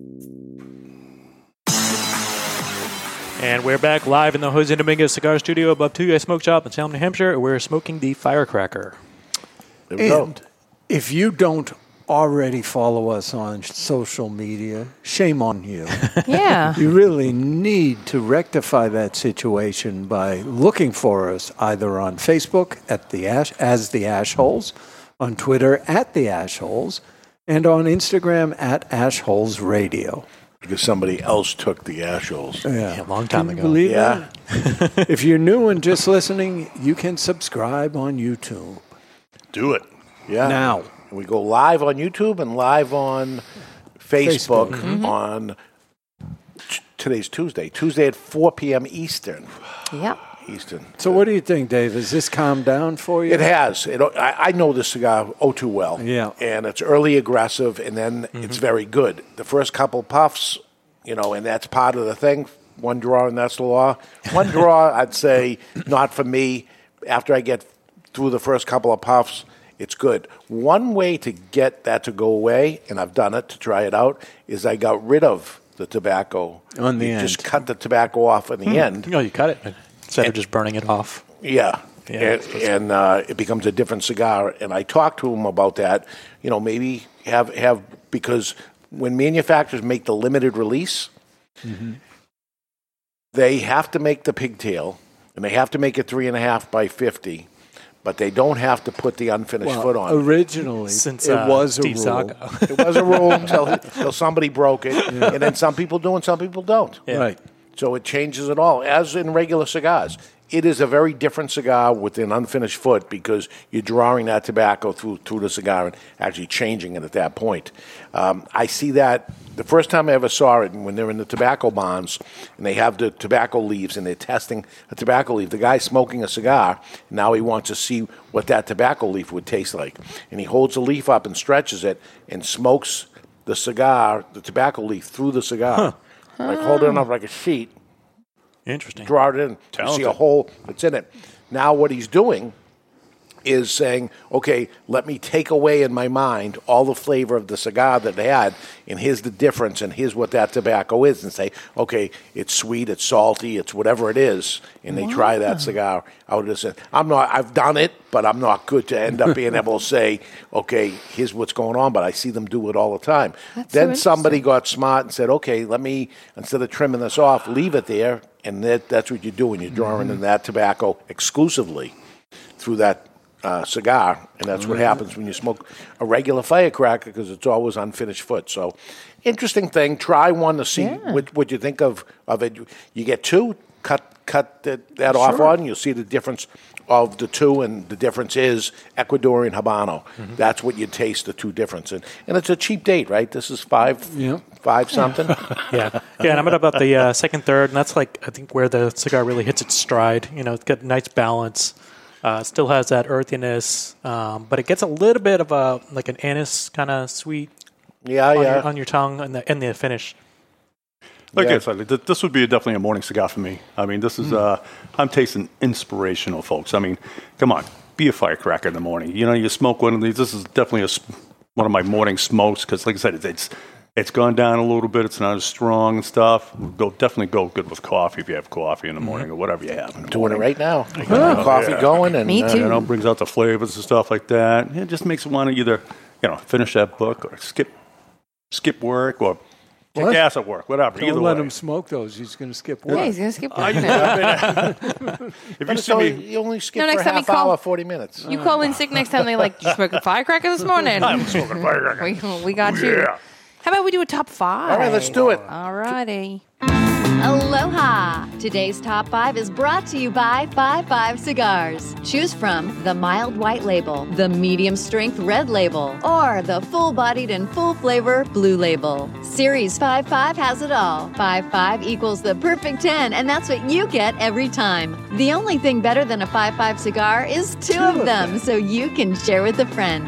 Speaker 2: and we're back live in the Jose Dominguez Cigar Studio above Two Guys Smoke Shop in Salem, New Hampshire. We're smoking the firecracker.
Speaker 3: And if you don't already follow us on social media, shame on you.
Speaker 6: Yeah.
Speaker 3: you really need to rectify that situation by looking for us either on Facebook at the Ash as the Ash Holes, on Twitter at the Ash Holes, and on Instagram at Ash Holes Radio.
Speaker 4: because somebody else took the assholes.
Speaker 3: Yeah,
Speaker 4: a long
Speaker 3: Can you believe
Speaker 4: yeah.
Speaker 3: that? if you're new and just listening, you can subscribe on YouTube.
Speaker 4: Do it. Yeah.
Speaker 3: Now.
Speaker 4: We go live on YouTube and live on Facebook,
Speaker 3: Facebook.
Speaker 6: Mm-hmm.
Speaker 3: Mhm.
Speaker 4: on t- today's Tuesday. Tuesday at 4 p.m. Eastern.
Speaker 6: Yep.
Speaker 4: Eastern.
Speaker 3: So, what do you think, Dave? Has this calmed down for you?
Speaker 4: It has. It, I, I know this cigar oh too well.
Speaker 3: Yeah.
Speaker 4: And it's early aggressive, and then it's very good. The first couple puffs, you know, and that's part of the thing. One draw, and that's the law. One draw, I'd say, not for me. After I get through the first couple of puffs, it's good. One way to get that to go away, and I've done it to try it out, is I got rid of the tobacco.
Speaker 12: On the
Speaker 4: You Just cut the tobacco off in the
Speaker 12: Hmm.
Speaker 4: end.
Speaker 2: Oh,
Speaker 12: No, you cut it instead of just burning it off.
Speaker 4: Yeah.
Speaker 12: Yeah,
Speaker 4: and and uh, it becomes a different cigar. And I talked to him about that. You know, maybe have have because when manufacturers make the limited release,
Speaker 5: Mm-hmm.
Speaker 4: they have to make the pigtail and they have to make it three and a half by fifty, but they don't have to put the unfinished
Speaker 3: Well,
Speaker 4: foot on. it.
Speaker 3: originally, Since, it uh, was a Steve rule. Saga.
Speaker 4: it was a rule until, until somebody broke it,
Speaker 3: Yeah.
Speaker 4: and then some people do and some people don't.
Speaker 3: Right.
Speaker 4: So it changes it all, as in regular cigars. It is a very different cigar with an unfinished foot because you're drawing that tobacco through through the cigar and actually changing it at that point. Um, I see that the first time I ever saw it, when they're in the tobacco bonds and they have the tobacco leaves and they're testing a tobacco leaf. The guy's smoking a cigar. Now he wants to see what that tobacco leaf would taste like, and he holds the leaf up and stretches it and smokes the cigar, the tobacco leaf through the cigar like hold it up like a sheet.
Speaker 12: Interesting.
Speaker 4: Draw it in. You see
Speaker 12: Talented.
Speaker 4: a hole that's in it. Now what he's doing is saying, okay, let me take away in my mind all the flavor of the cigar that they had, and here's the difference, and here's what that tobacco is, and say, okay, it's sweet, it's salty, it's whatever it is, and they try
Speaker 12: Wow.
Speaker 4: that cigar out of this. I'm not, I've done it, but I'm not good to end up being able to say, okay, here's what's going on, but I see them do it all the time.
Speaker 12: That's so
Speaker 4: then somebody got smart and said, okay, let me, instead of trimming this off, leave it there, and that, that's what you're doing. You're drawing
Speaker 12: Mm-hmm.
Speaker 4: in that tobacco exclusively through that uh, cigar, and that's what
Speaker 12: Right.
Speaker 4: happens when you smoke a regular firecracker because it's always unfinished foot. So, interesting thing. Try one to see what, what you think of of it. You get two, cut cut that, that off
Speaker 12: Sure.
Speaker 4: on. You'll see the difference of the two, and the difference is Ecuadorian Habano.
Speaker 2: Mm-hmm.
Speaker 12: Mhm.
Speaker 4: That's what you taste the two difference, and and it's a cheap date, right? This is five five something.
Speaker 2: yeah, yeah, and I'm at about the uh, second, third, and that's like I think where the cigar really hits its stride. You know, it's got nice balance. Uh, it still has that earthiness, um, but it gets a little bit of a like an anise kind of sweet.
Speaker 4: Yeah,
Speaker 2: on
Speaker 5: yeah.
Speaker 2: your, on your tongue and the and the finish.
Speaker 5: Like
Speaker 2: Yeah.
Speaker 5: I said, th- this would be definitely a morning cigar for me. I mean, this is,
Speaker 4: Hmm.
Speaker 5: uh, I'm tasting inspirational, folks. I mean, come on, be a firecracker in the morning. You know, you smoke one of these. This is definitely a, s- one of my morning smokes because, like I said, it's, it's it's gone down a little bit. It's not as strong and stuff. Would Go definitely go good with coffee if you have coffee in the morning or whatever you have. in the
Speaker 4: Doing Mm-hmm. it
Speaker 5: morning.
Speaker 4: right now.
Speaker 5: I
Speaker 4: Got
Speaker 5: know,
Speaker 4: my coffee
Speaker 5: yeah.
Speaker 4: going, and uh,
Speaker 5: You know, brings out the flavors and stuff like that. It just makes you want to either, you know, finish that book or skip skip work or kick
Speaker 3: What?
Speaker 5: ass at work, whatever.
Speaker 3: Don't
Speaker 5: either
Speaker 3: let
Speaker 5: way.
Speaker 3: him smoke those. He's going to skip
Speaker 4: Yeah,
Speaker 3: work.
Speaker 4: he's gonna skip work
Speaker 3: now.
Speaker 5: if
Speaker 4: But
Speaker 5: you
Speaker 4: it's
Speaker 5: see
Speaker 4: only-
Speaker 5: me,
Speaker 4: you only skip
Speaker 6: No,
Speaker 4: for
Speaker 6: next
Speaker 4: a
Speaker 6: time you
Speaker 4: half
Speaker 6: call-
Speaker 4: hour, forty minutes.
Speaker 6: You call in sick next time. They like you smoking firecrackers this morning.
Speaker 4: I was smoking firecrackers.
Speaker 6: we, we got you.
Speaker 4: Yeah.
Speaker 6: How about we do a top five?
Speaker 4: All right, let's do it.
Speaker 6: All righty.
Speaker 13: Aloha! Today's top five is brought to you by Five Five Cigars. Choose from the mild white label, the medium strength red label, or the full bodied and full flavor blue label. Series Five Five has it all. Five Five equals the perfect 10, and that's what you get every time. The only thing better than a Five Five cigar is two, of them, so you can share with a friend.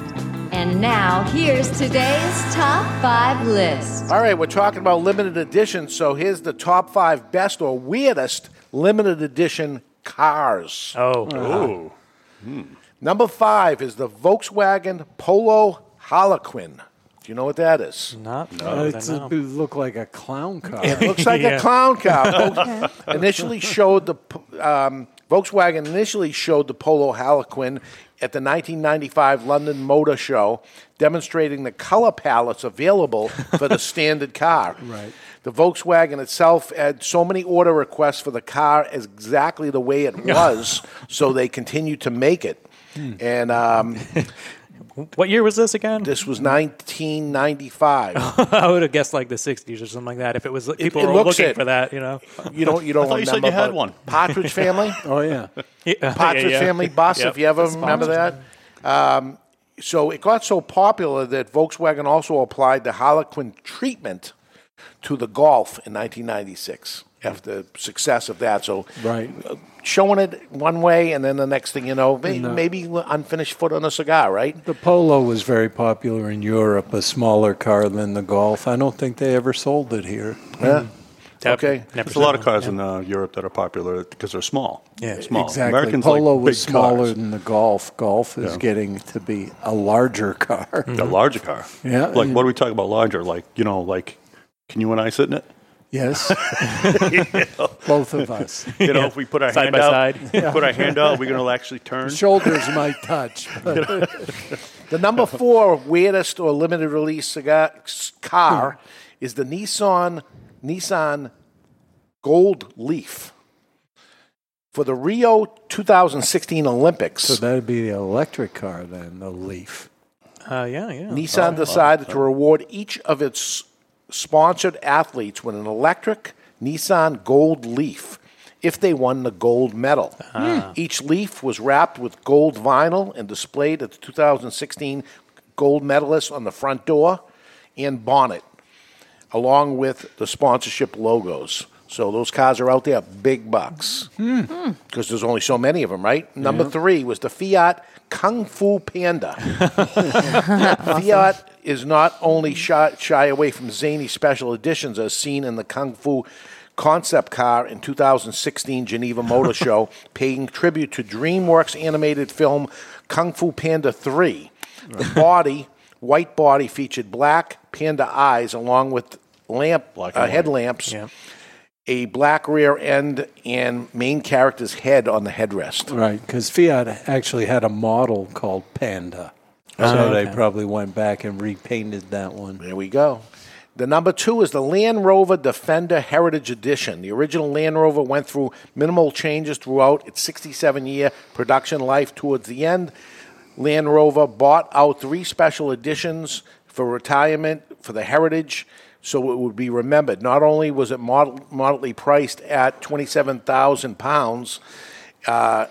Speaker 13: And now, here's today's top five list.
Speaker 4: All right, we're talking about limited editions, so here's the top five best or weirdest limited edition cars. Uh-huh. Hmm.
Speaker 2: Oh.
Speaker 5: Ooh.
Speaker 4: Number five is the Volkswagen Polo Harlequin. Do you know what that is?
Speaker 2: Not.
Speaker 3: Uh, it's- it look like a clown car.
Speaker 4: It looks like a clown car. Volks- initially showed the p- um, Volkswagen initially showed the Polo Harlequin at the 1995 London Motor Show, demonstrating the color palettes available for the standard car.
Speaker 3: Right.
Speaker 4: The Volkswagen itself had so many order requests for the car as exactly the way it was, so they continued to make it. And um,
Speaker 2: What year was this again?
Speaker 4: This was 1995.
Speaker 2: I would have guessed like the 60s or something like that if it was people
Speaker 4: it
Speaker 2: were
Speaker 4: looks
Speaker 2: looking
Speaker 4: it.
Speaker 2: for that, you know.
Speaker 4: You don't. You don't remember. but Partridge Family.
Speaker 3: oh yeah.
Speaker 2: Yeah,
Speaker 4: Partridge
Speaker 2: yeah.
Speaker 4: Family Bus.
Speaker 2: Yep.
Speaker 4: If you ever
Speaker 2: That's
Speaker 4: remember that.
Speaker 2: Partridge
Speaker 4: Um, so it got so popular that Volkswagen also applied the Harlequin treatment to the Golf in 1996 after success of that. So
Speaker 3: Right.
Speaker 4: uh, showing it one way, and then the next thing you know, maybe,
Speaker 3: No.
Speaker 4: maybe unfinished foot on a cigar, right?
Speaker 3: The Polo was very popular in Europe, a smaller car than the Golf. I don't think they ever sold it here. Mm.
Speaker 4: Yeah. Okay.
Speaker 5: There's a lot of cars in uh, Europe that are popular because they're small. small.
Speaker 3: Exactly.
Speaker 5: Americans
Speaker 3: Polo
Speaker 5: like
Speaker 3: was
Speaker 5: big cars.
Speaker 3: smaller than the Golf. Golf is
Speaker 5: Yeah.
Speaker 3: getting to be a larger car.
Speaker 5: A larger car.
Speaker 3: Yeah.
Speaker 5: Like, what are we talking about larger? Like, you know, like, can you and I sit in it?
Speaker 3: Yes. Both of us.
Speaker 5: You know, if we put our
Speaker 3: Side
Speaker 5: hand
Speaker 3: by
Speaker 5: out,
Speaker 3: side.
Speaker 5: if we put our hand out, we're going to actually turn.
Speaker 3: Shoulders might touch.
Speaker 4: The number four weirdest or limited release cigar s- car is the Nissan Nissan Gold Leaf for the Rio 2016 Olympics.
Speaker 3: So that'd be the electric car then, the Leaf.
Speaker 2: Uh, yeah, yeah.
Speaker 4: Nissan decided
Speaker 2: uh,
Speaker 4: to reward each of its sponsored athletes with an electric Nissan Gold Leaf if they won the gold medal. Hmm.
Speaker 2: Ah.
Speaker 4: Each leaf was wrapped with gold vinyl and displayed at the 2016 gold medalist on the front door and bonnet, along with the sponsorship logos. So those cars are out there, big bucks because there's only so many of them, right? Number
Speaker 14: Yeah.
Speaker 4: three was the Fiat Kung Fu Panda. Fiat is not only shy, shy away from zany special editions as seen in the Kung Fu concept car in 2016 Geneva Motor Show, paying tribute to DreamWorks animated film Kung Fu Panda 3. The body, white body, featured black panda eyes along with lamp uh,
Speaker 5: and white.
Speaker 4: headlamps a black rear end and main character's head on the headrest.
Speaker 3: Right, because Fiat actually had a model called Panda. So
Speaker 4: Oh,
Speaker 3: they
Speaker 4: okay.
Speaker 3: probably went back and repainted that one.
Speaker 4: There we go. The number two is the Land Rover Defender Heritage Edition. The original Land Rover went through minimal changes throughout its 67 year production life. Towards the end, Land Rover bought out three special editions for retirement for the heritage so it would be remembered. Not only was it model, moderately priced at 27,000 pounds, uh,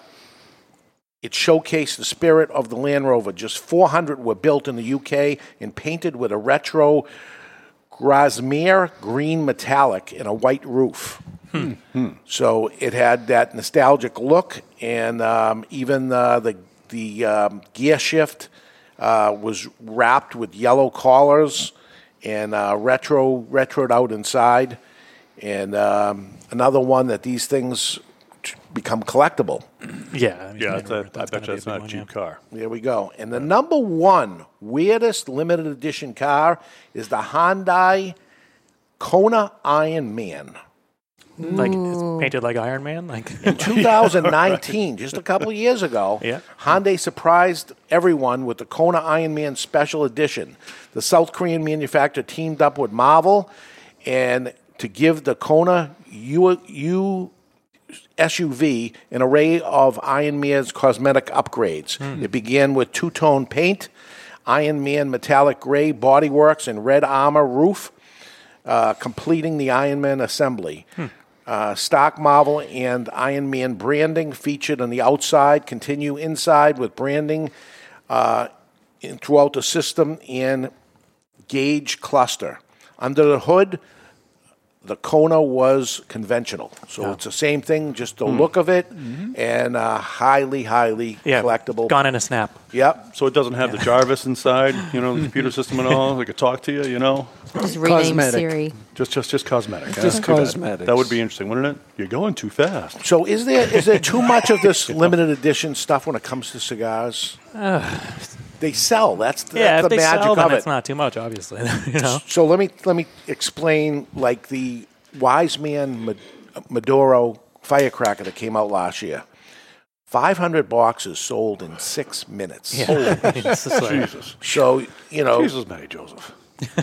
Speaker 4: It showcased the spirit of the Land Rover. Just 400 were built in the UK and painted with a retro Grasmere green metallic and a white roof. So it had that nostalgic look, and um, even uh, the the um, gear shift uh, was wrapped with yellow collars and uh, retro retroed out inside. And um, another one that these things t- become collectible.
Speaker 2: Yeah, I mean,
Speaker 5: yeah.
Speaker 2: I
Speaker 5: It's a, I bet you that's not a Jeep car.
Speaker 4: There we go. And the number one weirdest limited edition car is the Hyundai Kona Iron Man.
Speaker 2: Like it's painted like Iron Man, like
Speaker 4: In 2019, just a couple years ago, Hyundai surprised everyone with the Kona Iron Man Special Edition. The South Korean manufacturer teamed up with Marvel and to give the Kona U, U SUV an array of Iron Man's cosmetic upgrades. It began with two tone paint, Iron Man metallic gray bodyworks, and red armor roof, uh, completing the Iron Man assembly. Uh, stock model and Iron Man branding featured on the outside, continue inside with branding uh, in- throughout the system and gauge cluster. Under the hood, the Kona was conventional. So it's the same thing, just the look of it, and uh, highly, highly collectible.
Speaker 2: gone in a snap.
Speaker 4: Yep.
Speaker 5: So it doesn't have the Jarvis inside, you know, the computer system and all. It could talk to you, you know.
Speaker 6: Just rename Cosmetic. Siri.
Speaker 5: Just, just, just cosmetic. huh?
Speaker 4: Just
Speaker 5: Too bad.
Speaker 4: cosmetics.
Speaker 5: That would be interesting, wouldn't it? You're going too fast.
Speaker 4: So is there is there too much of this limited edition stuff when it comes to cigars? they sell. That's, the-
Speaker 2: yeah,
Speaker 4: that's
Speaker 2: if they
Speaker 4: the magic
Speaker 2: sell, then
Speaker 4: of it.
Speaker 2: it's not too much, obviously. you know,
Speaker 4: So let me let me explain like the Wise Man Ma- Maduro firecracker that came out last year. Five hundred boxes sold in six minutes.
Speaker 5: Yeah. Holy This is like- Jesus.
Speaker 4: So you know,
Speaker 5: Jesus, Mary Joseph.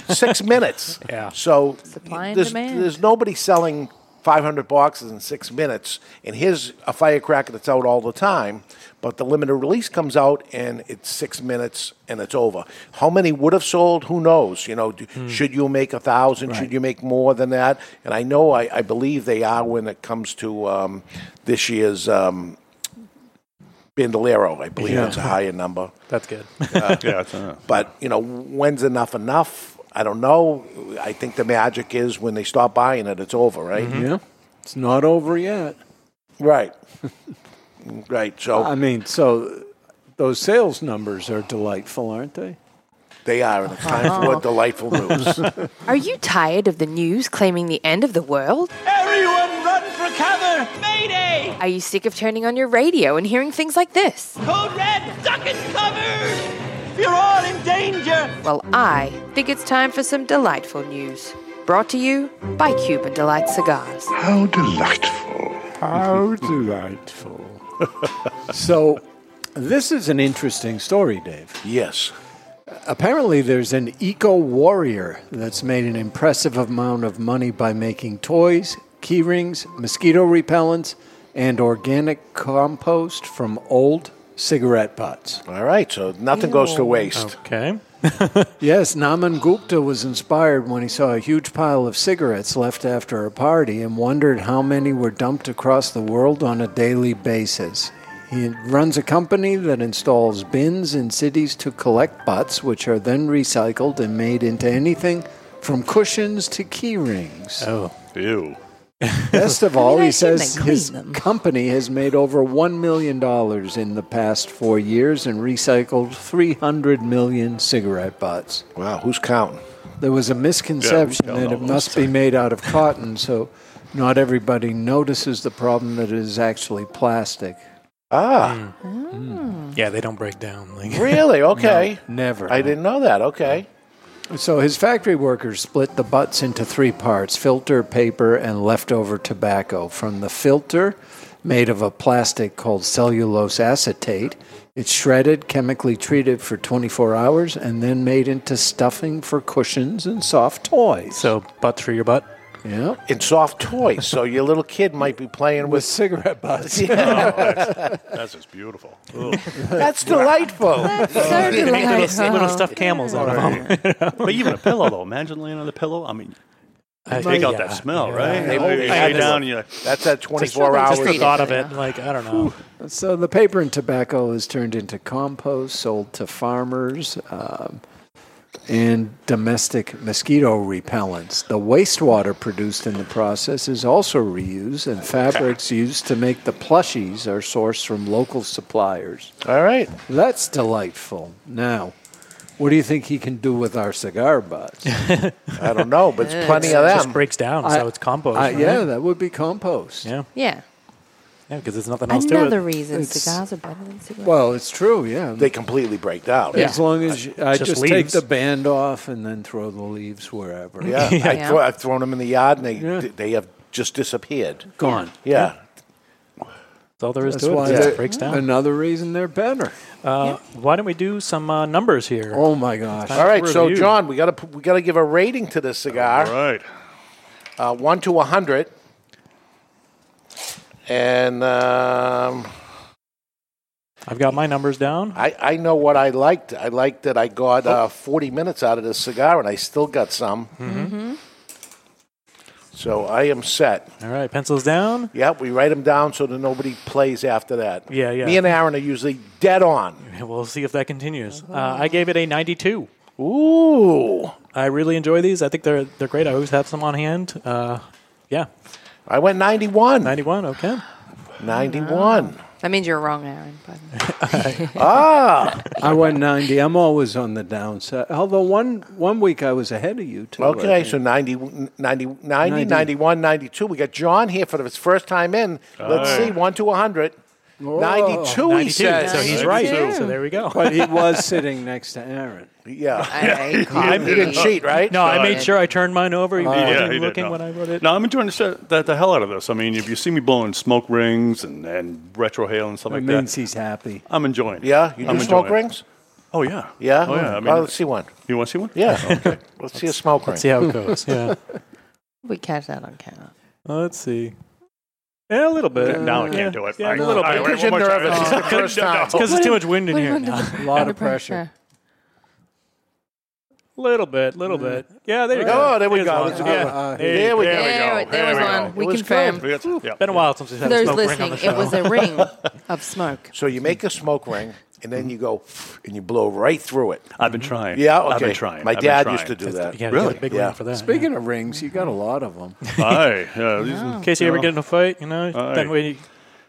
Speaker 4: six minutes. Yeah. So
Speaker 6: Supply and
Speaker 4: there's,
Speaker 6: demand.
Speaker 4: there's nobody selling 500 boxes in six minutes, and here's a firecracker that's out all the time, but the limited release comes out and it's six minutes and it's over. How many would have sold? Who knows? You know, d should you make a thousand? Should you make more than that? And I know, I, I believe they are when it comes to um, this year's um, Bandolero. I believe
Speaker 5: Yeah.
Speaker 4: it's a higher number.
Speaker 2: That's good.
Speaker 4: Uh,
Speaker 5: Yeah, it's, uh,
Speaker 4: but you know, when's enough enough? I don't know. I think the magic is when they stop buying it, it's over, right?
Speaker 3: Yeah. Mm-hmm. It's not over yet.
Speaker 4: Right. right. So
Speaker 3: I mean, so those sales numbers are delightful, aren't they? Oh.
Speaker 4: They are, and it's time for delightful news.
Speaker 6: Are you tired of the news claiming the end of the world?
Speaker 14: Everyone run for cover! Mayday!
Speaker 6: Are you sick of turning on your radio and hearing things like this?
Speaker 14: Code red, duck and cover! You're all in danger!
Speaker 6: Well, I think it's time for some delightful news. Brought to you by Cuban Delight Cigars.
Speaker 3: How delightful. How delightful. so, this is an interesting story, Dave.
Speaker 4: Yes.
Speaker 3: Apparently, there's an eco warrior that's made an impressive amount of money by making toys, key rings, mosquito repellents, and organic compost from old cigarette butts.
Speaker 4: All right, so nothing goes to waste.
Speaker 2: Okay.
Speaker 3: yes, Naman Gupta was inspired when he saw a huge pile of cigarettes left after a party and wondered how many were dumped across the world on a daily basis. He runs a company that installs bins in cities to collect butts, which are then recycled and made into anything from cushions to key rings.
Speaker 2: Oh.
Speaker 5: Ew.
Speaker 3: Best of all,
Speaker 5: I mean, I
Speaker 3: he
Speaker 5: assume
Speaker 3: says
Speaker 5: they clean
Speaker 3: his company has made over $1 million in the past four years and recycled 300 million cigarette butts.
Speaker 4: Wow, who's counting?
Speaker 3: There was a misconception
Speaker 4: Yeah, who's
Speaker 3: that
Speaker 4: counting
Speaker 3: it
Speaker 4: all
Speaker 3: must be made out of cotton, so not everybody notices the problem that it is actually plastic.
Speaker 5: Hmm.
Speaker 4: Ah.
Speaker 2: Hmm.
Speaker 3: Oh.
Speaker 2: Yeah, they don't break down. Like
Speaker 4: Really? Okay.
Speaker 3: No, never.
Speaker 4: I didn't know that. Okay.
Speaker 3: So his factory workers split the butts into three parts filter, paper, and leftover tobacco. From the filter, made of a plastic called cellulose acetate, it's shredded, chemically treated for 24 hours, and then made into stuffing for cushions and soft toys.
Speaker 2: So, butts for your butt?
Speaker 3: Yeah.
Speaker 4: It's soft toys, so your little kid might be playing with,
Speaker 3: cigarette butts.
Speaker 4: Yeah.
Speaker 5: Oh, That's just beautiful.
Speaker 4: That's delightful.
Speaker 5: That's so
Speaker 2: little, little stuffed camels out of them.
Speaker 5: but even a pillow, though. Imagine laying on the pillow. I mean,
Speaker 2: I-
Speaker 5: take out
Speaker 2: Uh, yeah.
Speaker 5: that smell,
Speaker 2: Yeah.
Speaker 5: right?
Speaker 2: They
Speaker 5: You
Speaker 2: always-
Speaker 5: lay
Speaker 2: I had this-
Speaker 5: down, you're like-
Speaker 4: That's that
Speaker 2: Just the thought of it, like I don't know.
Speaker 3: So the paper and tobacco is turned into compost, sold to farmers, um, and domestic mosquito repellents. The wastewater produced in the process is also reused, and fabrics used to make the plushies are sourced from local suppliers.
Speaker 4: All right,
Speaker 3: that's delightful. Now, what do you think he can do with our cigar butts?
Speaker 4: I don't know, but
Speaker 2: it's plenty of It just them. breaks down, so it's compost,
Speaker 3: I- Yeah,
Speaker 2: right?
Speaker 3: that would be compost.
Speaker 2: Yeah,
Speaker 6: Yeah.
Speaker 2: yeah, because there's nothing else to it.
Speaker 6: Another reason
Speaker 3: It's-
Speaker 6: cigars are better than cigarettes.
Speaker 3: Well, it's true. Yeah,
Speaker 4: they completely break down.
Speaker 3: As long as you, I just, take
Speaker 4: leaves.
Speaker 3: the band off and then throw the leaves wherever.
Speaker 4: Yeah, I throw, I've thrown them in the yard, and they they have just disappeared.
Speaker 3: Gone.
Speaker 4: Yeah.
Speaker 2: That's all there is
Speaker 3: That's
Speaker 2: to it.
Speaker 3: why
Speaker 2: It
Speaker 3: they're-
Speaker 2: just breaks down.
Speaker 3: Another reason they're better.
Speaker 2: Uh, Why don't we do some uh, numbers here?
Speaker 3: Oh my gosh!
Speaker 4: All right, so John, we gotta pu- we gotta give a rating to this cigar. All
Speaker 5: right,
Speaker 4: uh, one to hundred, and um,
Speaker 2: I've got my numbers down.
Speaker 4: I I know what I liked. I liked that I got
Speaker 2: Oh.
Speaker 4: uh, forty minutes out of this cigar, and I still got some.
Speaker 2: Mm-hmm.
Speaker 4: So I am set.
Speaker 2: All right, pencils down.
Speaker 4: Yep, we write them down so that nobody plays after that.
Speaker 2: Yeah, yeah.
Speaker 4: Me and Aaron are usually dead on.
Speaker 2: We'll see if that continues. Uh, I gave it a 92.
Speaker 4: Ooh.
Speaker 2: I really enjoy these. I think they're they're great. I always have some on hand. Uh, yeah.
Speaker 4: I went 91.
Speaker 2: 91, okay.
Speaker 4: 91.
Speaker 6: That means you're wrong, Aaron. But
Speaker 4: ah,
Speaker 3: I went ninety. I'm always on the downside. Although one one week I was ahead of you too. I
Speaker 4: Okay,
Speaker 3: think.
Speaker 4: so 90, 90, 90,
Speaker 3: 90.
Speaker 4: 91, 92. We got John here for his first time in. Let's
Speaker 3: Alright.
Speaker 4: see, 1 to 100. 92, he
Speaker 3: 92,
Speaker 4: says.
Speaker 3: so he's right. 92. So there
Speaker 2: we go.
Speaker 3: but he was sitting next to Aaron.
Speaker 4: Yeah,
Speaker 5: I copied.
Speaker 4: you didn't cheat, right?
Speaker 2: No, I made sure I turned mine over. You
Speaker 5: Uh,
Speaker 2: wasn't
Speaker 5: yeah, he did,
Speaker 2: looking
Speaker 5: no.
Speaker 2: when I wrote it.
Speaker 5: No, I'm enjoying the, shit- the, the hell out of this. I mean, if you see me blowing smoke rings and, and retrohale and stuff
Speaker 3: That
Speaker 5: like
Speaker 3: means
Speaker 5: that,
Speaker 3: he's happy.
Speaker 5: I'm enjoying it.
Speaker 4: Yeah, you do
Speaker 5: I'm enjoying
Speaker 4: smoke
Speaker 5: it.
Speaker 4: rings?
Speaker 5: Oh, yeah.
Speaker 4: Yeah?
Speaker 5: Oh, yeah. I
Speaker 4: Oh,
Speaker 5: mean,
Speaker 4: let's see one.
Speaker 5: You want to see one? Oh,
Speaker 4: Yeah. Okay. Let's see a smoke ring.
Speaker 2: Let's see how it goes. Yeah.
Speaker 6: we catch that on camera.
Speaker 2: Let's see. Yeah, a little bit.
Speaker 5: Now I can't do it.
Speaker 2: Yeah,
Speaker 5: All
Speaker 2: a
Speaker 5: right,
Speaker 2: little
Speaker 5: all
Speaker 2: bit.
Speaker 5: right, Because one you're more time. nervous. It's the first time.
Speaker 2: because there's too much wind in
Speaker 5: What
Speaker 2: here.
Speaker 5: under the-
Speaker 2: A
Speaker 5: Lot
Speaker 2: lot
Speaker 5: of
Speaker 2: of pressure.
Speaker 5: pressure.
Speaker 2: Little bit, little bit. Yeah, there you go.
Speaker 4: Oh, there we
Speaker 2: There's
Speaker 4: go.
Speaker 2: one.
Speaker 4: That's a good
Speaker 2: Yeah.
Speaker 4: one.
Speaker 2: Uh,
Speaker 4: There we go.
Speaker 6: There- there was one. We
Speaker 4: It was good.
Speaker 2: Been a while since we've
Speaker 6: For those listening, it was a ring of smoke.
Speaker 4: So you make a smoke ring, and then you go and you blow right through it.
Speaker 5: I've been trying.
Speaker 4: Yeah, okay.
Speaker 5: I've been trying.
Speaker 4: My
Speaker 5: I've been
Speaker 4: dad
Speaker 5: trying.
Speaker 4: used to do
Speaker 5: That's
Speaker 4: that.
Speaker 5: the- yeah, you Really? get a big ring
Speaker 4: yeah.
Speaker 5: for that.
Speaker 3: Speaking of rings, you got a lot of them.
Speaker 5: Aye, yeah, these
Speaker 2: In
Speaker 5: are-
Speaker 2: case you ever
Speaker 5: know.
Speaker 2: get in a fight, you know,
Speaker 5: Aye.
Speaker 2: then we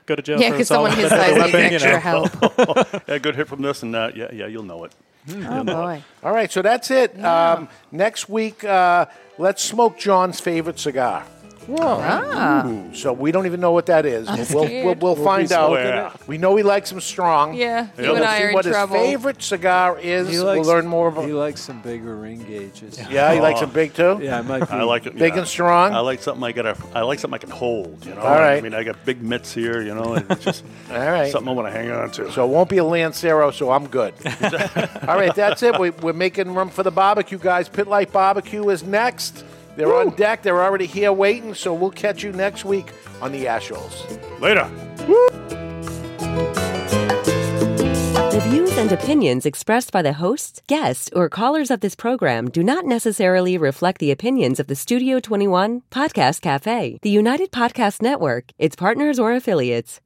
Speaker 2: go to jail
Speaker 6: Yeah,
Speaker 2: for
Speaker 6: 'cause someone his
Speaker 2: assault
Speaker 6: size
Speaker 2: with a
Speaker 6: needs
Speaker 2: weapon, you know.
Speaker 6: extra help.
Speaker 5: yeah, good hit from this and that. Yeah, yeah, you'll know it.
Speaker 6: Oh, boy.
Speaker 4: Mm, All right, so that's it. Um, next week, uh, let's smoke John's favorite cigar.
Speaker 6: Ah.
Speaker 4: Ooh, So we don't even know what that is.
Speaker 6: I'm
Speaker 4: but we'll,
Speaker 6: scared.
Speaker 4: we'll, we'll
Speaker 6: We'll
Speaker 4: find
Speaker 6: be
Speaker 4: out.
Speaker 6: scared.
Speaker 4: We know he likes them strong.
Speaker 6: Yeah, you
Speaker 4: we'll
Speaker 6: and I
Speaker 4: see
Speaker 6: are in
Speaker 4: what
Speaker 6: trouble.
Speaker 4: his favorite cigar is.
Speaker 3: He likes-
Speaker 4: we'll learn more about.
Speaker 3: He likes some bigger ring gauges.
Speaker 4: Yeah, he likes them big too.
Speaker 3: Yeah, I might.
Speaker 5: Oh. I like it.
Speaker 4: Big
Speaker 5: yeah.
Speaker 4: and strong.
Speaker 5: I like something I gotta. I like something I can hold. You know.
Speaker 4: All right.
Speaker 5: I mean, I got big mitts here. You know. It's just
Speaker 4: All right.
Speaker 5: something I want to hang on to.
Speaker 4: So it won't be a Lancero, so I'm good. All right, that's it. We, we're making room for the barbecue, guys. Pit Life Barbecue is next. They're on deck. They're already here waiting. So we'll catch you next week on the Ashholes.
Speaker 5: Later.
Speaker 15: The views and opinions expressed by the hosts, guests, or callers of this program do not necessarily reflect the opinions of the Studio 21 Podcast Cafe, the United Podcast Network, its partners, or affiliates.